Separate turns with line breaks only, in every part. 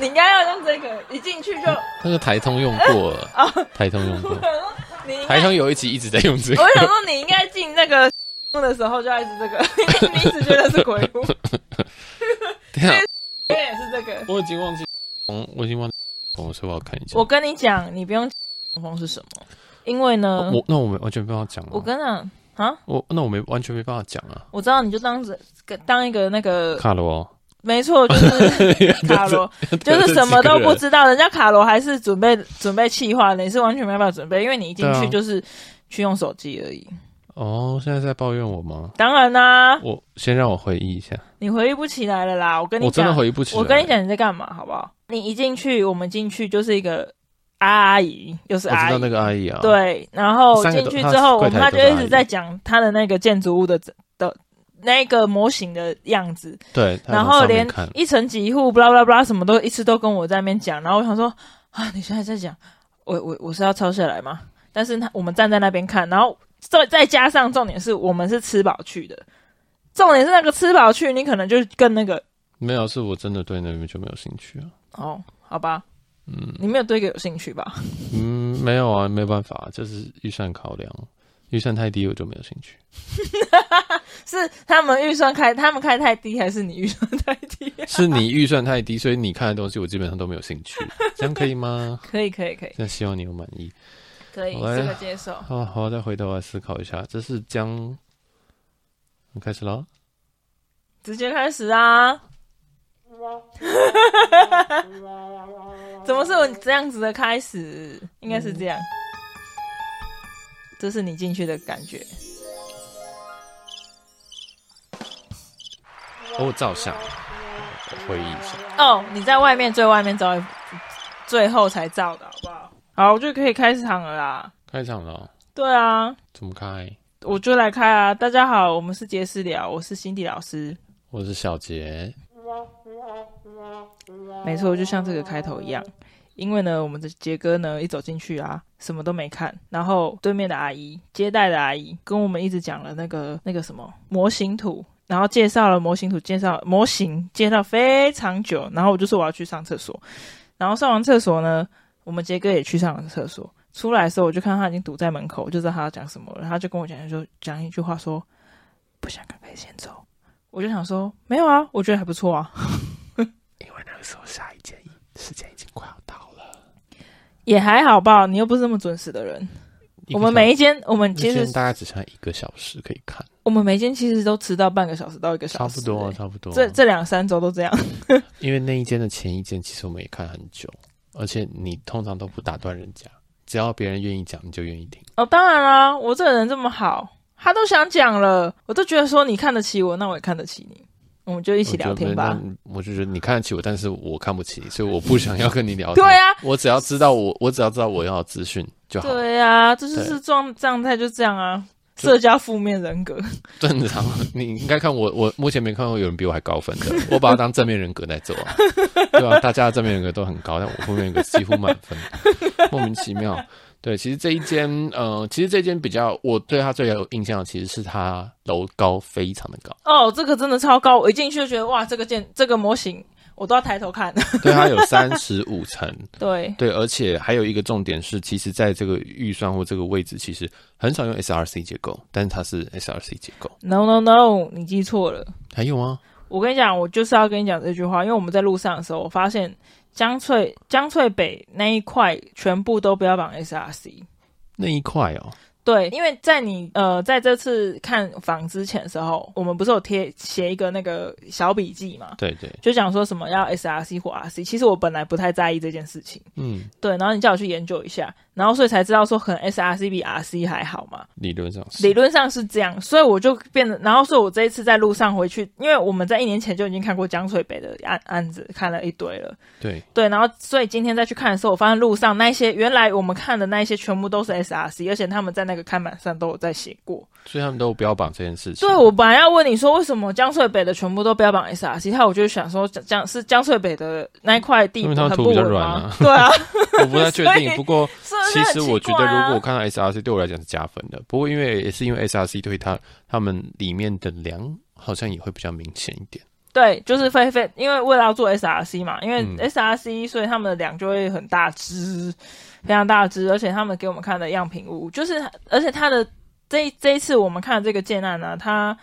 你应该要用这个，一进 去就
那个台通用过了，
啊，
台通用
我
过，
想说你应该
台通有一集一直在用这个
我。想说你应该进那 个的时候就要一直这个， 你一直觉得是鬼 屋，
等一下，
因为也是这个。
我已经忘记，嗯，我已经忘记，我说我要看一下。
我跟你讲，你不用风是什么，因为呢，
哦我那我没完全没办法讲啊。
我跟你讲啊，
我那我没完全没办法讲啊。
我知道你就当着当一个那个，
卡哦罗，
没错， 就是卡罗，就是什么都不知道。人家卡罗还是准备准备气话的，你是完全没办法准备，因为你一进
对
去
啊
就是去用手机而已。
哦，现在在抱怨我吗？
当然啦、
我先让我回忆一下，
你回忆不起来了啦。我跟你
我真
讲，
的回忆不起来。
我跟你，讲你在干嘛，好不好？你一进去，我们进去就是一个阿姨，又是
我知
阿
道
姨，
那个阿姨啊。，
对。然后
三个
进
都
去
她
之后，我
柜
们
台
他
都
就是一
阿
直
姨
在讲他的那个建筑物的的那个模型的样子，
对，她
然
从
后
上面
连
看
一层几户，巴拉巴拉巴拉，什么都一次都跟我在那边讲。然后我想说啊，你现在在讲，我我我是要抄下来吗？但是他我们站在那边看，然后再再加上重点是我们是吃饱去的，重点是那个吃饱去，你可能就跟那个
没有，是我真的对那边就没有兴趣啊。
哦，好吧，
嗯
你没有对这个有兴趣吧？
嗯，没有啊，没有办法，这是预算考量，预算太低我就没有兴趣。
是他们预算开，他们开太低，还是你预算太低？
是你预算太低，所以你看的东西我基本上都没有兴趣， 这样可以吗？
可以，可以，可以，
那希望你有满意。
可以，
好嘞
这个接受。
好，好，再回头来思考一下，这是将，我们开始了。
直接开始啊！ 怎么是我这样子的开始？应该是这样，这是你进去的感觉。
哦，我照相，我回忆一下。
哦，你在外面最外面找一，最后才照的好不好？好，我就可以开始场了啦。
开场了，
对啊，
怎么开？
我就来开啊！大家好，我们是杰斯聊，我是辛迪老师。
我是小杰，
没错，就像这个开头一样。因为呢，我们的杰哥呢一走进去啊，什么都没看，然后对面的阿姨、接待的阿姨跟我们一直讲了那个那个什么模型图，然后介绍了模型图，介绍模型，介绍非常久，然后我就说我要去上厕所，然后上完厕所呢，我们杰哥也去上了厕所，出来的时候我就看他已经堵在门口，我就知道他要讲什么了，然后他就跟我讲就讲一句话说不想看可以先走，我就想说没有啊，我觉得还不错啊。
因为那个时候下一届时间已经快要到了。
也还好吧，你又不是那么准时的人。我们每一间，我们
今
其
天
实
大概只剩下一个小时可以看，
我们每一间其实都迟到半个小时到一个
差
小时、
不多啊，
欸
差不多。
这这两三周都这样。
因为那一间的前一间，其实我们也看很久，而且你通常都不打断人家，只要别人愿意讲，你就愿意听。
哦，当然啦，我这个人这么好，他都想讲了，我都觉得说你看得起我，那我也看得起你，我们就一
一
起聊天吧。。
我就觉得你看得起我，但是我看不起你，所以我不想要跟你聊
对
天。
啊
我只要知道我，我只要知道我要的资讯就好，
对呀、这就
对
是状状态就这样啊，
就
社交负面人格。
正常。你应该看我，我目前没看过有人比我还高分的，我把它当正面人格在做啊，对吧、大家的正面人格都很高，但我负面人格几乎满分，莫名其妙。对，其实这一间，呃，其实这间比较，我对它最有印象的其实是它楼高非常的高，
哦，这个真的超高，我一进去就觉得哇，这个建这个模型我都要抬头看。
对，它有三十五层，
对，
对，而且还有一个重点是，其实在这个预算或这个位置，其实很少用 SRC 结构，但是它是 SRC 结构。
No No No，你记错了。
还有啊，
我跟你讲，我就是要跟你讲这句话，因为我们在路上的时候，我发现江翠江翠北那一块全部都标榜 SRC。
那一块哦，
对，因为在你呃在这次看房之前的时候，我们不是有贴写一个那个小笔记嘛，
对对，
就讲说什么要 SRC 或 RC。其实我本来不太在意这件事情，
嗯，
对，然后你叫我去研究一下，然后所以才知道说可能 SRC 比 RC 还好嘛。
理论上是
理论上是这样，所以我就变得，然后所以我这一次在路上回去，因为我们在一年前就已经看过江翠北的案案子，看了一堆了，
对，
对，然后所以今天再去看的时候，我发现路上那一些原来我们看的那一些全部都是 SRC，而且他们在那个看板上都有在写过。
所以他们都有标榜这件事情。
对，我本来要问你说为什么江翠北的全部都标榜 SRC，后我就想说江江是江翠北的那一块地
因为它
很
土
不
比较
稳
软
吗？
啊
对啊，
我不太确
所
定，
以
不过
是不是
其
很
实我
奇
觉得
怪啊
如果看到 SRC 对我来讲是加分的，不过因为也是因为 SRC 对它他们里面的梁好像也会比较明显一点。
对，就是非非，因为为了要做 SRC 嘛，因为
嗯
SRC，、所以他们的量就会很大只，非常大只，而且他们给我们看的样品屋，就是而且它的这一这一次我们看的这个建案呢、它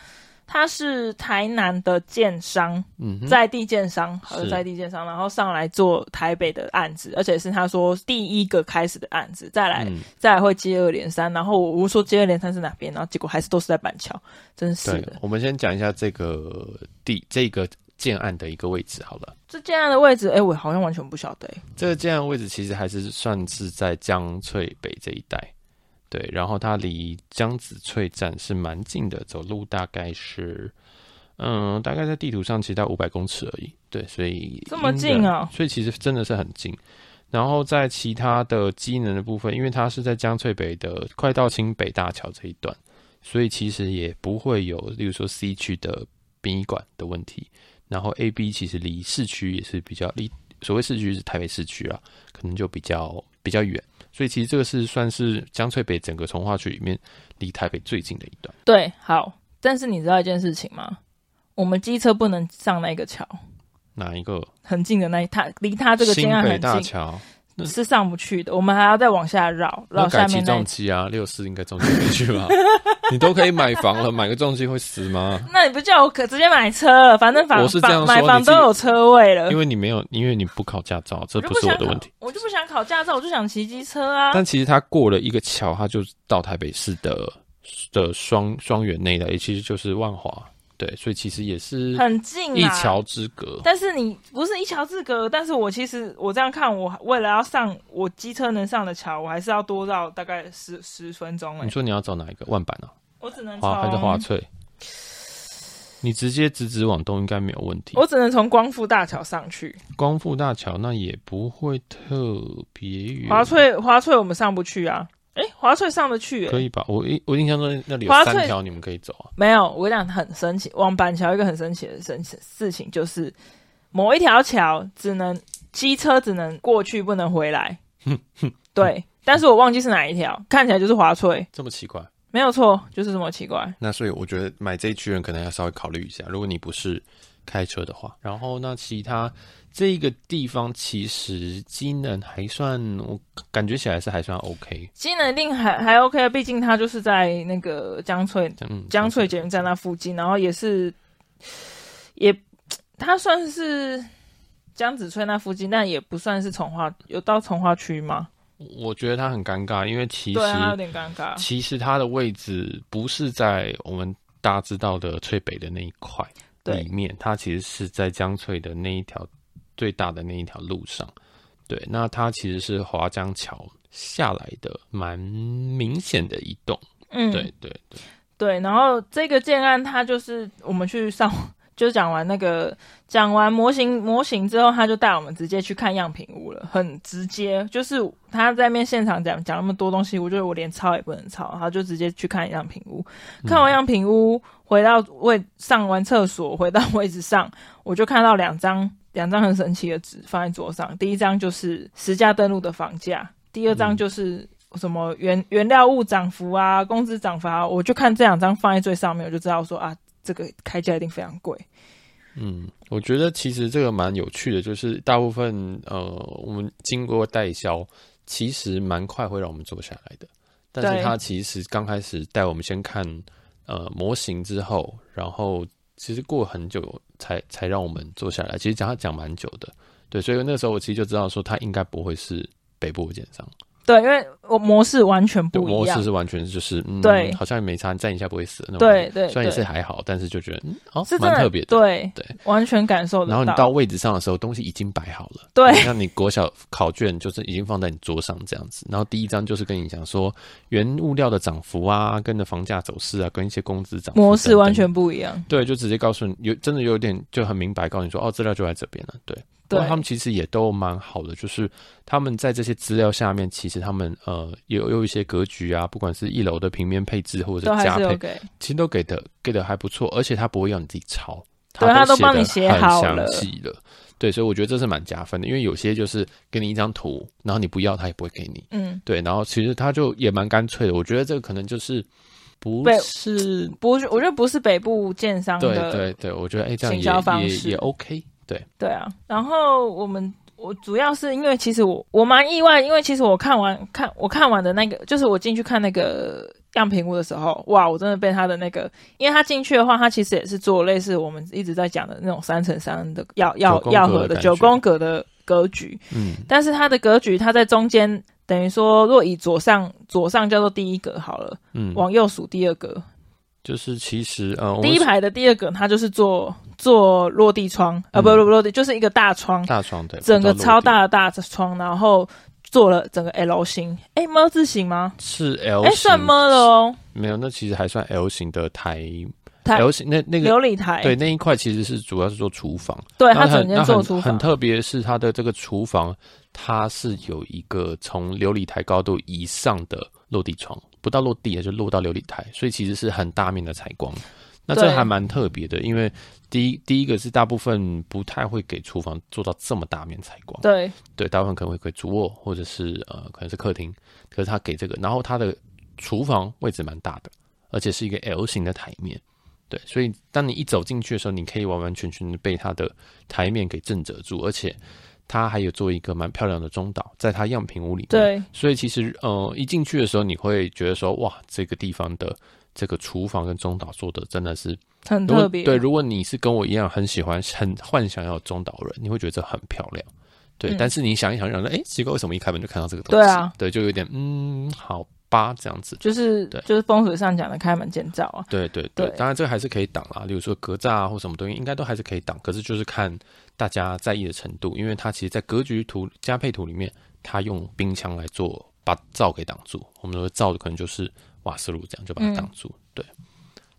它是台南的建商，
嗯哼，
在地建商，和
是
在地建商，然后上来做台北的案子，而且是他说第一个开始的案子，再来、
嗯，
再来会接二连三，然后我我说接二连三是哪边，然后结果还是都是在板桥，真是
对
的。，
我们先讲一下这个地这个建案的一个位置好了。
这建案的位置，哎、我好像完全不晓得、哎
这个建案位置其实还是算是在江翠北这一带，对，然后它离江子翠站是蛮近的，走路大概是，嗯，大概在地图上其实在五百公尺而已，对，所以
这么
应
近
该
哦
所以其实真的是很近。然后在其他的机能的部分，因为它是在江翠北的快到清北大桥这一段，所以其实也不会有，例如说 C 区的殡仪馆的问题。然后 A、B 其实离市区也是比较离所谓市区是台北市区啊，可能就比较比较远，所以其实这个是算是江翠北整个从化区里面离台北最近的一段。
对，好，但是你知道一件事情吗？我们机车不能上那个桥，
哪一个？
很近的那一，它离它这个
新
建案
北大
很近，
桥，那
是上不去的，我们还要再往下绕，
那
绕
改
下
骑
面那
重
一。
机啊，六四应该重机没去吧？ 你都可以买房了，买个重机会死吗？
那你不叫我可直接买车了？反正房
我是这样
房买
说
房
你自
都
己
有车位了。
因为你没有，因为你不考驾照，这
呃我就
不是我
想
的
考
问题。，
我就不想考驾照，我就想骑机车啊。
但其实它过了一个桥，它就到台北市的的双双园内了，也其实就是万华。对，所以其实也是
很近
一
啊。
桥之隔。
但是你不是一桥之隔，但是我其实我这样看，我为了要上我机车能上的桥，我还是要多绕大概十十分钟哎、
你说你要走哪一个？万板啊，
我只能从
嗯华还是华翠？你直接直直往东应该没有问题。
我只能从光复大桥上去，
光复大桥那也不会特别远，
华翠华翠我们上不去啊，哎、华翠上得去、
可
欸，
以吧？我印我印象中那里有
华翠
三条，你们可以走啊。
没有，我跟你讲很神奇，往板桥一个很神奇的神奇事情就是，某一条桥只能机车只能过去，不能回来，对，但是我忘记是哪一条，看起来就是华翠，
这么奇怪？
没有错，就是这么奇怪。
那所以我觉得买这一区人可能要稍微考虑一下，如果你不是开车的话。然后那其他这个地方其实机能还算，我感觉起来是还算 OK。
机能一定还还 OK，毕竟它就是在那个江翠
嗯，
江翠捷运站那附近，然后也是也它算是江子翠那附近，但也不算是从化，有到从化区吗？
我觉得它很尴尬，因为其实
对啊，它有点尴尬。
其实它的位置不是在我们大家知道的翠北的那一块
对
里面，它其实是在江翠的那一条最大的那一条路上。对，那它其实是华江桥下来的，蛮明显的一栋。
嗯，
对对对，
对，然后这个建案它就是我们去上。就讲完那个，讲完模型模型之后，他就带我们直接去看样品屋了，很直接。就是他在面现场讲讲那么多东西，我觉得我连抄也不能抄，他就直接去看样品屋。看完样品屋，回到位上完厕所，回到位置上，我就看到两张两张很神奇的纸放在桌上。第一张就是实价登录的房价，第二张
嗯
就是什么原原料物涨幅啊、工资涨幅啊。我就看这两张放在最上面，我就知道说啊，这个开价一定非常贵。
嗯，我觉得其实这个蛮有趣的，就是大部分呃，我们经过代销，其实蛮快会让我们做下来的。但
对
是它其实刚开始带我们先看呃模型之后，然后其实过很久才才让我们做下来。其实讲他讲蛮久的，对，所以那时候我其实就知道说他应该不会是北部的建商，
对，因为我模式完全
就
不一
模
样
式。是完全就是嗯，
对
好像也没差，你站一下不会死的那种
对
感觉。
对
虽然也是
对
还好，但是就觉得嗯哦
是，真
蛮
的
特别的。
对
对，
完全感受得
然后你到位置上的时候，东西已经摆好了。
对
那你国小考卷就是已经放在你桌上这样子。然后第一章就是跟你讲说原物料的涨幅啊，跟着房价走势啊，跟一些工资涨幅
模式
等等
完全不一样。
对，就直接告诉你，有真的有点就很明白告诉你说，哦，资料就在这边了。对，不
对
过，他们其实也都蛮好的，就是他们在这些资料下面，其实他们呃有有一些格局啊，不管是一楼的平面配置或者
都还
加
是有
配，
给。
其实都给的给的还不错，而且他不会让你自己抄，
对他都
写
帮
得
你写
很
好了
详细了。对，所以我觉得这是蛮加分的，因为有些就是给你一张图，然后你不要他也不会给你。
嗯，
对，然后其实他就也蛮干脆的，我觉得这个可能就是不
被
是，
不，我觉得不是北部建商
对
的
对对，我觉得哎、这
行销
样
方
也也
式
也 OK，对，
对啊，然后我们我主要是因为其实我我蛮意外，因为其实我看完看我看完的那个，就是我进去看那个样品屋的时候，哇，我真的被他的那个，因为他进去的话，他其实也是做类似我们一直在讲的那种三乘三的要要
九宫格的
要和的
感觉
九宫格的格局，
嗯，
但是它的格局，它在中间，等于说若以左上左上叫做第一格好了，
嗯，
往右数第二格，
就是其实呃，我
第一
们
排的第二格，它就是做做落地窗，呃，
嗯
不不落地，就是一个大窗，
大床对，
整个
不到
超
落地
大的大窗，然后做了整个 L 型，哎，么字形吗？
是 L
哎，算
型
么了哦，
没有，那其实还算 L 型的台
台
L 型那那个
琉璃台，
对那一块其实是主要是做厨房，
对，
那
它
很
整间
那
做厨
很很
房，
特别是它的这个厨房，它是有一个从琉璃台高度以上的落地窗，不到落地也就落到琉璃台，所以其实是很大面的采光。那这
对
还蛮特别的，因为第一第一个是大部分不太会给厨房做到这么大面采光，
对
对，大部分可能会给主卧或者是呃可能是客厅，可是他给这个，然后他的厨房位置蛮大的，而且是一个 L 型的台面，对，所以当你一走进去的时候，你可以完完全全的被它的台面给震慑住，而且它还有做一个蛮漂亮的中岛，在它样品屋里面，，
对
所以其实呃一进去的时候，你会觉得说哇，这个地方的这个厨房跟中岛做的真的是
很
如果
特别，
对，如果你是跟我一样很喜欢、很幻想要有中岛人，你会觉得这很漂亮。对，
嗯
但是你想一想，想说，哎、奇怪，为什么一开门就看到这个东西？
对啊，
对，就有点，嗯，好吧，这样子。
就是
对
就是风水上讲的开门见灶啊，
对对对，
对
当然这个还是可以挡啦，例如说格栅啊或什么东西，应该都还是可以挡，可是就是看大家在意的程度，因为它其实，在格局图加配图里面，它用冰枪来做把罩给挡住，我们说罩可能就是瓦斯炉这样就
嗯
把它挡住，对。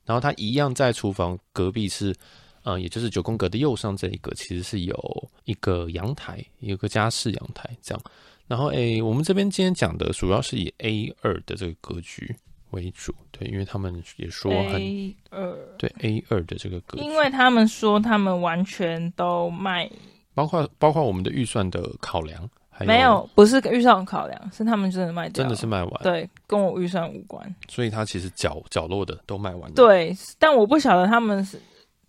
然后它一样在厨房隔壁是，嗯、也就是九宫格的右上这一格，其实是有一个阳台，有个家室阳台这样。然后诶，我们这边今天讲的主要是以 A 二的这个格局为主，对，因为他们也说很
A 二。
对 A 二的这个格局，
因为他们说他们完全都卖
包括包括我们的预算的考量，还
没有，不是预算考量，是他们真的卖掉
真
了，
的是卖完，
对，跟我预算无关。
所以它其实角角落的都卖完了，，
对，但我不晓得他们是，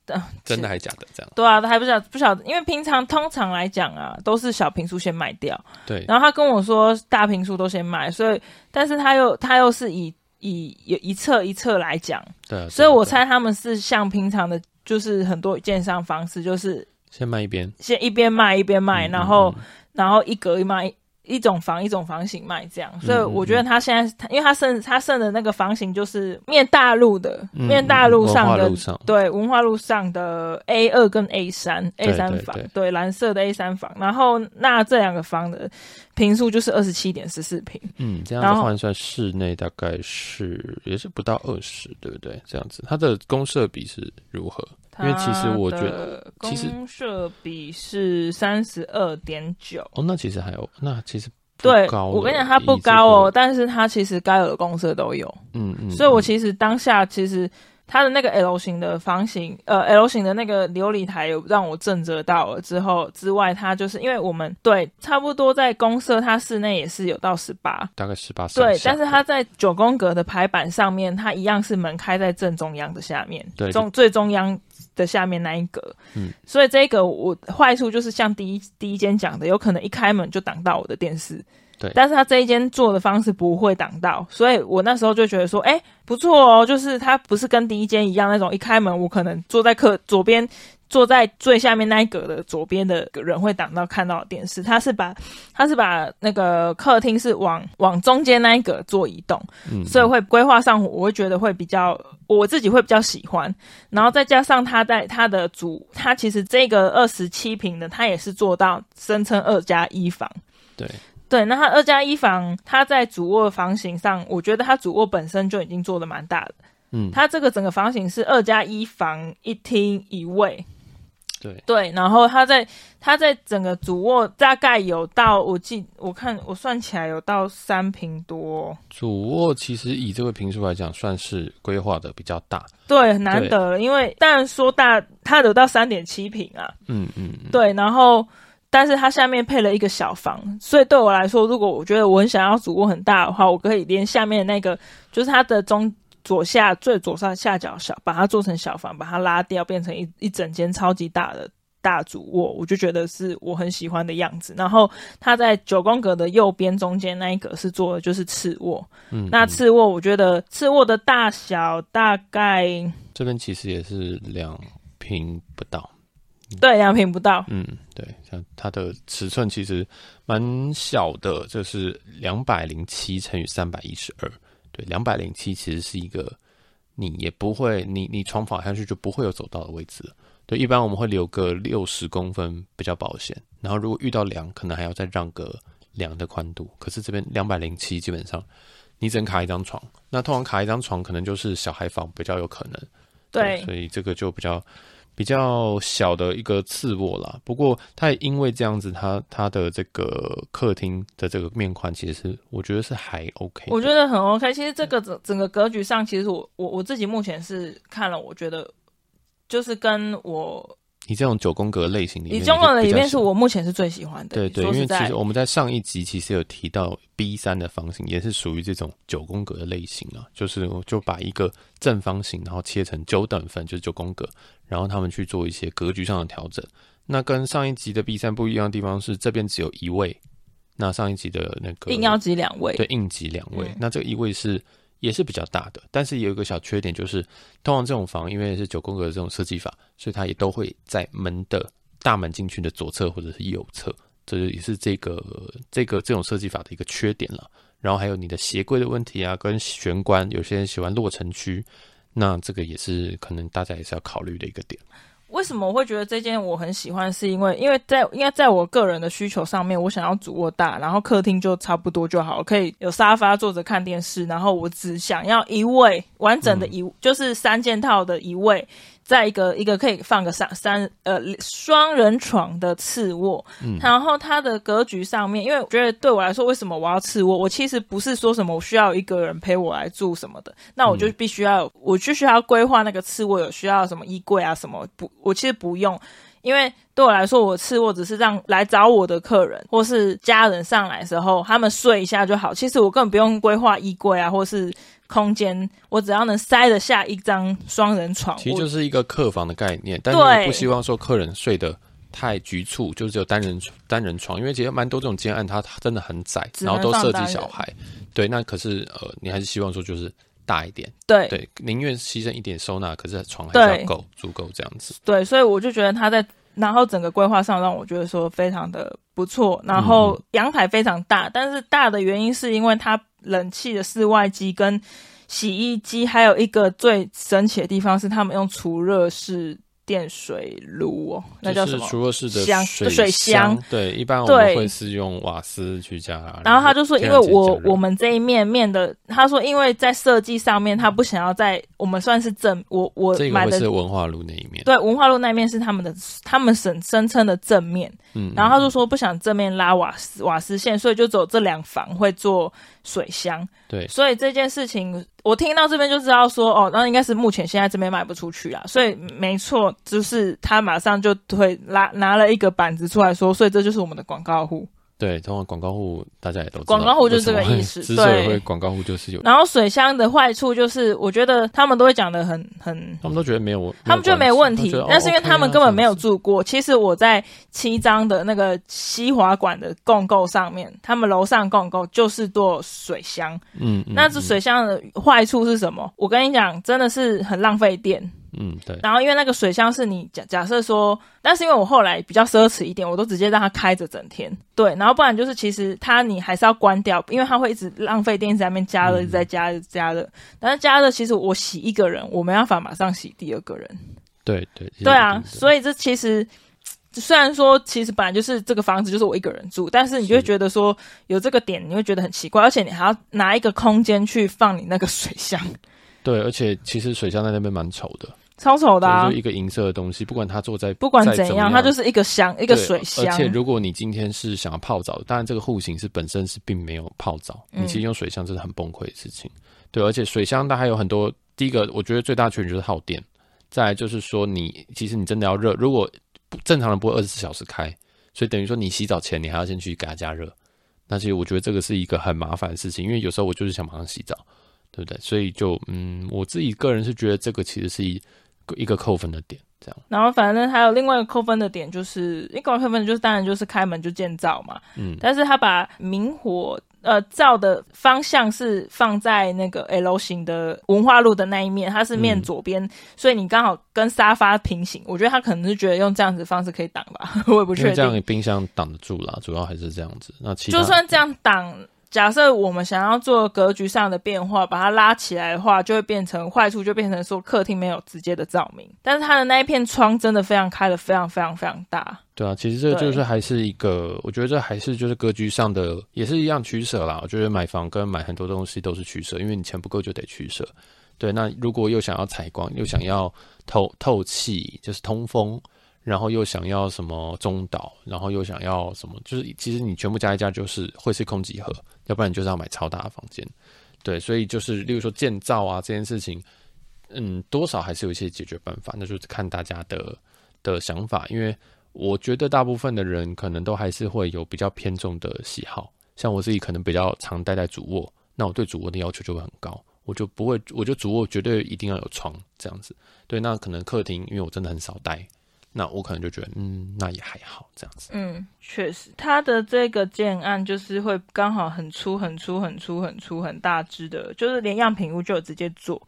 呃、
真的还假的这样，
对啊，还不晓不晓得，因为平常通常来讲啊，都是小平数先卖掉，
对
然后他跟我说大平数都先卖，所以但是他又他又是以以有一册一册来讲，
对啊，
所以
对啊
我
对啊
猜他们是像平常的，就是很多建商方式，就是
先卖一边，
先一边卖一边卖，
嗯
然后。
嗯嗯
然后一格一卖一种房一种房型卖这样，所以
嗯嗯
我觉得他现在，他因为他剩他剩的那个房型就是面大陆的，
嗯
面大陆上
文化
的
路上
对文化路上的 A 二跟 A 三 A 三
对
房
对
对蓝色的 A 三房，然后那这两个房的平数就是二十七点十四平，
嗯，这样
然
子
后
换算室内大概是也是不到二十，对不对？这样子，它的公设比是如何？因为其实我觉
得
其实
公社比是三十二点九。
哦，那其实还有，那其实不
对，
高
我跟你
了
讲，它不
以这
高哦，
个
但是它其实该有的公社都有。
嗯嗯，
所以我
实
其实当下其实它的那个 L 型的房型，呃，L 型的那个琉璃台有让我震慑到了之后之外，它就是因为我们对差不多在公社它室内也是有到十八。
大概十八，
对，但是它在九宫格的排版上面，它一样是门开在正中央的下面，
对
中最中央的下面那一格。
嗯，
所以这个我坏处就是像第一第一间讲的，有可能一开门就挡到我的电视。
对
但是他这一间做的方式不会挡到，所以我那时候就觉得说，哎、不错哦，就是它不是跟第一间一样那种一开门我可能坐在客左边。坐在最下面那一格的左边的人会挡到看到的电视，他是把他是把那个客厅是往往中间那一格做移动，
嗯
所以会规划上，我会觉得会比较我自己会比较喜欢。然后再加上它在它的主，它其实这个二十七平的，它也是做到声称二加一房。
对
对，那它二加一房，它在主卧房型上，我觉得它主卧本身就已经做的蛮大的。
嗯
它这个整个房型是二加一房一厅一卫，
对
对，然后它在它在整个主卧大概有到我记我看我算起来有到三平多哦、
主卧其实以这个平数来讲，算是规划的比较大，
对，很难得了，因为当然说大，它有到三点七平啊，
嗯嗯嗯，
对，然后但是它下面配了一个小房，所以对我来说，如果我觉得我很想要主卧很大的话，我可以连下面那个就是它的中左下最左上下角小，把它做成小房，把它拉掉，变成一一整间超级大的大主卧，我就觉得是我很喜欢的样子。然后它在九宫格的右边中间那一格是做的就是次卧，
嗯，
那
嗯
次卧我觉得次卧的大小大概
这边其实也是两平不到，
对两平不到，
嗯，对，像它的尺寸其实蛮小的，就是两百零七乘以三百一十二。对，两百零七其实是一个你也不会，你你床跑下去就不会有走道的位置了。对，一般我们会留个六十公分比较保险，然后如果遇到梁，可能还要再让个梁的宽度。可是这边两百零七基本上你只能卡一张床，那通常卡一张床可能就是小孩房比较有可能。
对
所以这个就比较比较小的一个次卧啦。不过它也因为这样子，它它的这个客厅的这个面宽，其实是我觉得是还 OK 的。
我觉得很 OK。其实
嗯
这个整整个格局上，其实我我我自己目前是看了，我觉得就是跟我
你这种九宫格类型里面，
以中文的
你就比
里
较
面是
喜
我目前是最喜欢的。
对对，
说
因
实
为其
在
实，我们在上一集其实有提到 B 三的房型，也是属于这种九宫格的类型啊，就是我就把一个正方形，然后切成九等份，就是九宫格，然后他们去做一些格局上的调整。那跟上一集的 B 三不一样的地方是，这边只有一位，那上一集的那个
硬要挤两位，
对应急两位，
嗯
那这个一位是也是比较大的，但是也有一个小缺点，就是通常这种房因为是九宫格的这种设计法，所以它也都会在门的大门进去的左侧或者是右侧，这就也是这个这个这种设计法的一个缺点了。然后还有你的鞋柜的问题啊，跟玄关，有些人喜欢落成区，那这个也是可能大家也是要考虑的一个点。
为什么我会觉得这件我很喜欢？是因为因为在应该在我个人的需求上面，我想要主卧大，然后客厅就差不多就好，可以有沙发坐着看电视，然后我只想要一位完整的一，就是三件套的一位，在一个一个可以放个三三呃双人床的次卧，然后它的格局上面，因为我觉得对我来说，为什么我要次卧？我其实不是说什么我需要一个人陪我来住什么的，那我就必须要，我就需要规划那个次卧有需要什么衣柜啊什么不，我其实不用。因为对我来说，我次卧只是让来找我的客人或是家人上来的时候，他们睡一下就好。其实我根本不用规划衣柜啊，或是空间，我只要能塞得下一张双人床，
其实
我
就是一个客房的概念，但是
对
我不希望说客人睡得太局促，就是只有单人单人床，因为其实蛮多这种间案，它它真的很窄，
只能
然后都设
放单
计
人
小孩，对，那可是呃，你还是希望说就是大一点，
对
对，宁愿牺牲一点收纳，可是床还是
对
要够足够这样子。
对，所以我就觉得他在，然后整个规划上让我觉得说非常的不错，然后
嗯
阳台非常大，但是大的原因是因为它冷气的室外机跟洗衣机，还有一个最神奇的地方是他们用除热式电水炉哦，那叫
就
什
是
么？
除热式的
箱
水
水箱
对，一般我们
对
会是用瓦斯去加啦，
然后他就说，因为我我
们
们这一面面的，他说因为在设计上面，他不想要在我们算是正，我我
这个
买
会
的
是文化路那一面，
对文化路那面是他们的，他们声声称的正面，
嗯，
然后他就说不想正面拉瓦斯瓦斯线，所以就走这两房会做水箱。
对，
所以这件事情，我听到这边就知道说，哦，那应该是目前现在这边卖不出去啦。所以没错，就是他马上就会拉拿了一个板子出来说，所以这就是我们的广告户。
对，通常广告户大家也都知道
广告户就是这个
为什么
意思
之所以
对
会广告户就是有，
然后水箱的坏处就是，我觉得他们都会讲的很很
他们都觉得没有，
他们觉得没问题
他们觉得哦，
但是因为
OK 啊
他们根本没有
这样子
住过。其实我在七张的那个西华馆的共购上面，他们楼上共购就是做水箱。
嗯，嗯
那这，水箱的坏处是什么？我跟你讲，真的是很浪费电。
嗯，嗯对，
然后因为那个水箱是你假假设说，但是因为我后来比较奢侈一点，我都直接让它开着整天。对，然后不然就是其实它你还是要关掉，因为它会一直浪费电，一直在那边加热，一直在加热加
嗯
热。但是加热其实我洗一个人，我没办法马上洗第二个人。
对对，
对啊，
以
所以这其实。虽然说，其实本来就是这个房子就是我一个人住，但是你就会
是
觉得说有这个点，你会觉得很奇怪，而且你还要拿一个空间去放你那个水箱，
对，而且其实水箱在那边蛮丑的，
超丑的啊
就是！一个银色的东西，不管它坐在
不管
再
怎
怎样，
它就是一个箱，一
一
个水箱
而。且如果你今天是想要泡澡，当然这个户型是本身是并没有泡澡，
嗯
你其实用水箱真的很崩溃的事情。对，而且水箱它还有很多，第一个我觉得最大缺点就是耗电，再来就是说你其实你真的要热，如果不正常人不会二十四小时开，所以等于说你洗澡前你还要先去给它加热。那其实我觉得这个是一个很麻烦的事情，因为有时候我就是想马上洗澡，对不对？所以就嗯，我自己个人是觉得这个其实是一一个扣分的点，这样。
然后反正还有另外一个扣分的点，就是一个扣分的就是当然就是开门就建造嘛，
嗯，
但是他把明火呃照的方向是放在那个 L 型的文化路的那一面，它是面
嗯
左边，所以你刚好跟沙发平行。我觉得他可能是觉得用这样子的方式可以挡吧， 我也不
因
确
为这
定。
样冰箱挡得住啦，主要还是这样子。那其他
就算这样挡，假设我们想要做格局上的变化，把它拉起来的话，就会变成坏处，就变成说客厅没有直接的照明，但是它的那一片窗真的非常开的非常非常非常大。
对啊，其实这个就
对
是还是一个，我觉得这还是就是格局上的也是一样取舍啦。我觉得买房跟买很多东西都是取舍，因为你钱不够就得取舍。对，那如果又想要采光，又想要透透气，就是通风，然后又想要什么中岛，然后又想要什么，就是其实你全部加一加就是会是空集合，要不然你就是要买超大的房间。对，所以就是例如说建造啊这件事情，嗯，多少还是有一些解决办法，那就是看大家的的想法，因为。我觉得大部分的人可能都还是会有比较偏重的喜好，像我自己可能比较常待在主卧，那我对主卧的要求就会很高，我就不会，我就主卧绝对一定要有床这样子。对，那可能客厅，因为我真的很少待，那我可能就觉得，嗯，那也还好这样子。
嗯，确实，他的这个建案就是会刚好很粗、很粗、很粗、很粗、很大只的，就是连样品屋就有直接做，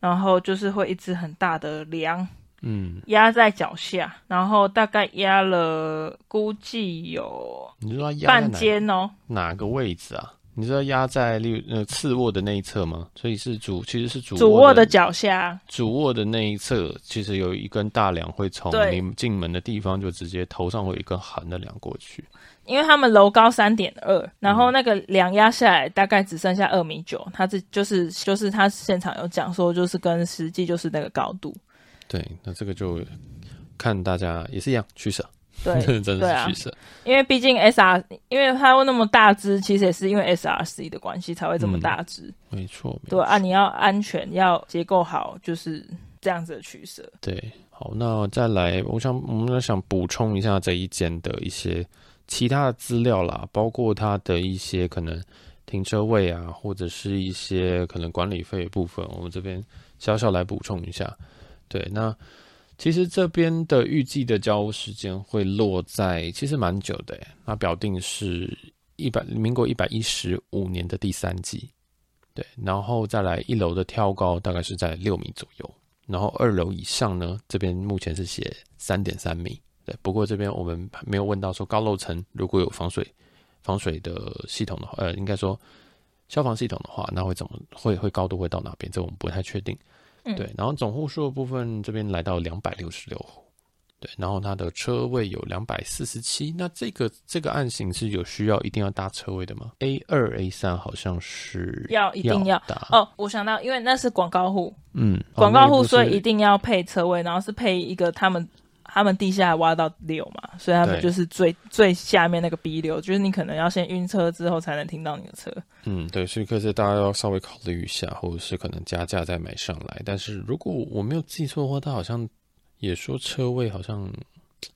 然后就是会一只很大的梁
嗯，
压在脚下，然后大概压了估计有
你知道压在
半
哪
间哦，
哪个位置啊？你知道压在例如呃次卧的那一侧吗？所以是主其实是主
主卧
卧
的脚下，
主卧的那一侧，其实有一根大梁会从
对
你进门的地方就直接头上会有一根横的梁过去。
因为他们楼高三点二，然后那个梁压下来大概只剩下二米九，他这就是就是他现场有讲说，就是跟实际就是那个高度，
对，那这个就看大家也是一样取舍，
对
真
对
的
啊
是取舍。
因为毕竟 S R，因为它会那么大只，其实也是因为 S R C 的关系才会这么大只。
嗯没错，
对
没错
啊，你要安全，要结构好，就是这样子的取舍。
对。好，那再来，我想我们想补充一下这一间的一些其他的资料啦，包括它的一些可能停车位啊，或者是一些可能管理费的部分，我们这边小小来补充一下。对，那其实这边的预计的交屋时间会落在其实蛮久的耶，那表定是一百民国一百一十五年的第三季。对，然后再来一楼的挑高大概是在六米左右，然后二楼以上呢，这边目前是写三点三米。对，不过这边我们没有问到说高楼层如果有防水防水的系统的话，呃，应该说消防系统的话，那会怎么会会高度会到哪边？这我们不太确定。
嗯
对，然后总户数的部分这边来到两百六十六户，对，然后它的车位有两百四十七。那这个这个案型是有需要一定要搭车位的吗？A 二 A 三好像是
要一定要
搭，
哦，我想到，因为那是广告户，
嗯，
广告户所
所
以一定要配车位，然后是配一个他们他们地下挖到六嘛，所以他们
对
就是最最下面那个 B 六，就是你可能要先晕车之后才能听到你的车。
嗯，对，所以可是大家要稍微考虑一下，或者是可能加价再买上来。但是如果我没有记错的话，他好像也说车位好像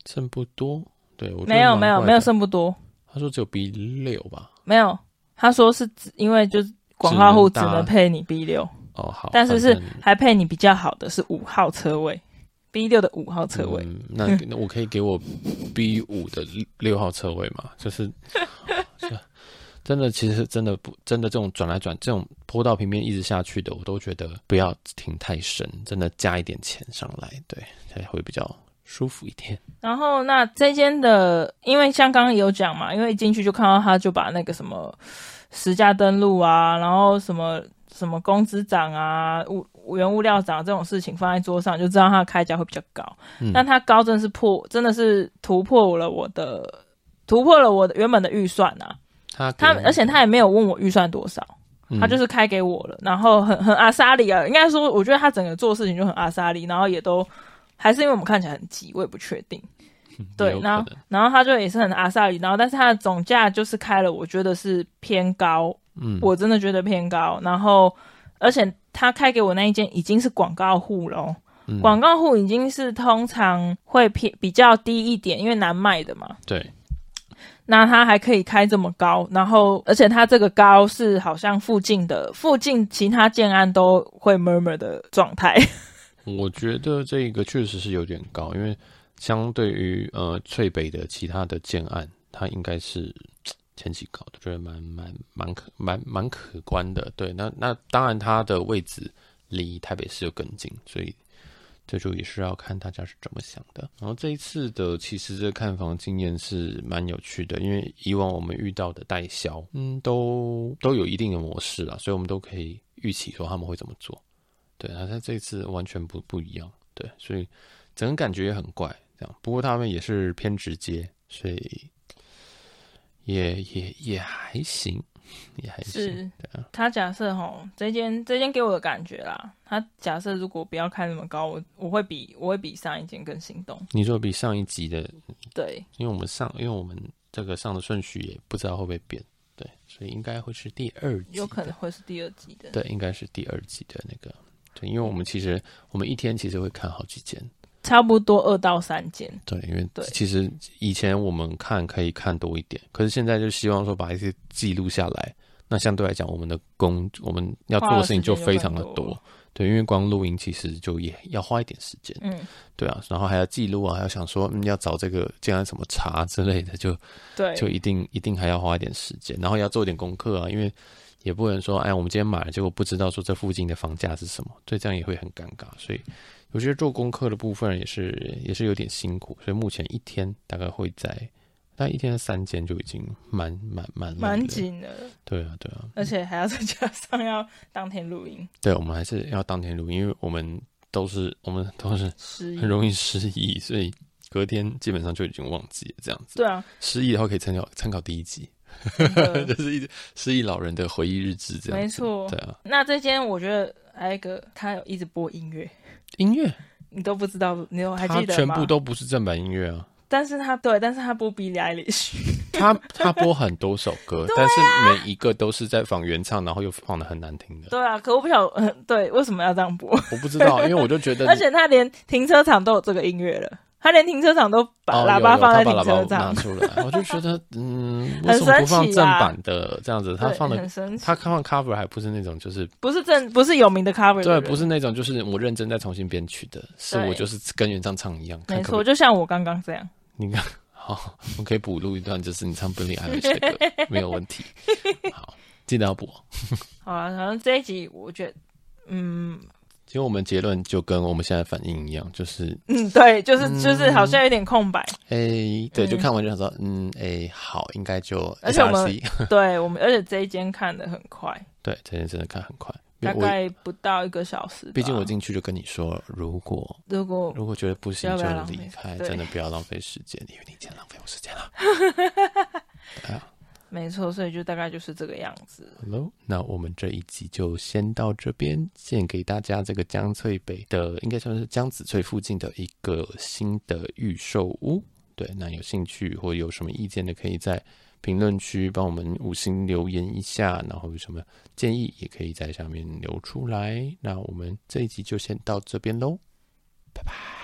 剩不多。对，我觉得
没有
蛮
没有
怪
没有
的，
剩不多，
他说只有 B 六吧。
没有，他说是只因为就是广告户只
只
能
能搭
配你 B 六。
哦，好，
但是是
反正
还配你比较好的是五号车位，B 六的五号车位。
嗯、那那我可以给我 B 五的六号车位嘛？就是，是真的，其实真的不真的这种转来转，这种坡道平面一直下去的，我都觉得不要停太深，真的加一点钱上来，对，才会比较舒服一点。
然后那这间的，因为像刚刚有讲嘛，因为一进去就看到他就把那个什么实价登录啊，然后什么什么工资涨啊、物原物料涨这种事情放在桌上，就知道它的开价会比较高。
嗯，
但它高真的是破，真的是突破了我的突破了我的原本的预算啊。
他
他
给我
而且他也没有问我预算多少。
嗯
他就是开给我了，然后很很阿莎莉啊，应该说，我觉得他整个做事情就很阿莎莉，然后也都还是因为我们看起来很急，我也不确定。对
有，可
然后
能
然后他就也是很阿莎莉，然后但是他的总价就是开了，我觉得是偏高，
嗯，
我真的觉得偏高。然后而且他开给我那一间已经是广告户了哦，
嗯
广告户已经是通常会偏比较低一点，因为难卖的嘛。
对
那它还可以开这么高，然后而且它这个高是好像附近的附近其他建案都会 murmur 的状态。
我觉得这个确实是有点高，因为相对于呃翠北的其他的建案，它应该是前几高的，觉得蛮蛮蛮可蛮蛮可观的。对，那那当然它的位置离台北市又更近，所以这就也是要看大家是怎么想的。然后这一次的其实这个看房经验是蛮有趣的，因为以往我们遇到的代销，嗯，都都有一定的模式啦，所以我们都可以预期说他们会怎么做。对，他在这次完全不不一样，对，所以整个感觉也很怪，这样。不过他们也是偏直接，所以也也也还行，也还行
是。 他假设吼，这间这间给我的感觉啦，他假设如果不要开那么高，我我会比我会比上一间更心动。
你说比上一集的，
对，
因为我们上，因为我们这个上的顺序也不知道会不会变，对，所以应该会是第二集，
有可能会是第二季的。
对，应该是第二集的那个。对，因为我们其实我们一天其实会看好几间，
差不多二到三间。
对，因为
对
其实以前我们看可以看多一点，可是现在就希望说把一些记录下来。那相对来讲，我们的工我们要做的事情就非常的
花的时间就更
多
多，
对，因为光录音其实就也要花一点时间，
嗯，
对啊，然后还要记录啊，还要想说嗯要找这个竟然什么查之类的，就
对，
就一定一定还要花一点时间，然后要做一点功课啊，因为也不能说哎我们今天买了，结果不知道说这附近的房价是什么，对，这样也会很尴尬，所以我觉得做功课的部分也是也是有点辛苦，所以目前一天大概会在大概一天三间就已经蛮蛮蛮累了
蛮，紧的，
对啊对啊，
而且还要再加上要当天录音，
对我们还是要当天录，因为我们都是我们都是
失忆
很。容易失忆，所以隔天基本上就已经忘记了这样子，
对啊，
失忆的话可以参考参考第一集。
真 的
就是一失忆老人的回忆日志这样子。
嗯没错
对啊，
那这间我觉得还有一个，他有一直播音乐，
音乐
你都不知道，你有还
他
记得
全
吗？
部都不是正版音乐啊，
但是他对，但是他播 Billie Eilish，
他他播很多首歌，
啊
但是每一个都是在仿原唱，然后又放的很难听的。
对啊，可我不晓，嗯，对，为什么要这样 播？
我不知道，因为我就觉得
而且他连停车场都有这个音乐了，他连停车场都把
哦
喇
有
叭
有
放在
他
停
把
车
喇叭
场
拿，出来，我就 觉得嗯，为
很
什么不
神
放
奇
正
啊
版的这样子？他
对
放的
很神奇
他，放 cover 还不是那种就是
不是正不是有名的 cover，的
对，
人
不是那种就是我认真再重新编曲的，是
对
我就是跟原唱唱一样。看
没
可不可以
错，就像我刚刚这样，
你看， 好，我们可以补录一段，就是你唱 Billie Eilish 的歌，没有问 题。好，记得要补哦。
好了，然后这一集我觉得，嗯
其实我们结论就跟我们现在反应一样，就是，
嗯，对，就是就是好像有点空白。
哎、对，
嗯
就看完就想说，嗯，哎、好，应该就
而且我们
SRC，
对我们，而且这一间看的很快，
对，这件真的看很快。因
大
为我
概啊不到一个小时吧。
毕竟我进去就跟你说，如果
如果
如果觉得不行
不要
就
不要浪费
离开，
对
真的不要浪费时间，因为你已经浪费我时间了。哎呀
没错，所以就大概就是这个样子。
好喽，那我们这一集就先到这边，献给大家这个江翠北的，应该算是江子翠附近的一个新的预售屋。对，那有兴趣或有什么意见的，可以在评论区帮我们五星留言一下，然后有什么建议也可以在下面留出来。那我们这一集就先到这边喽，拜拜。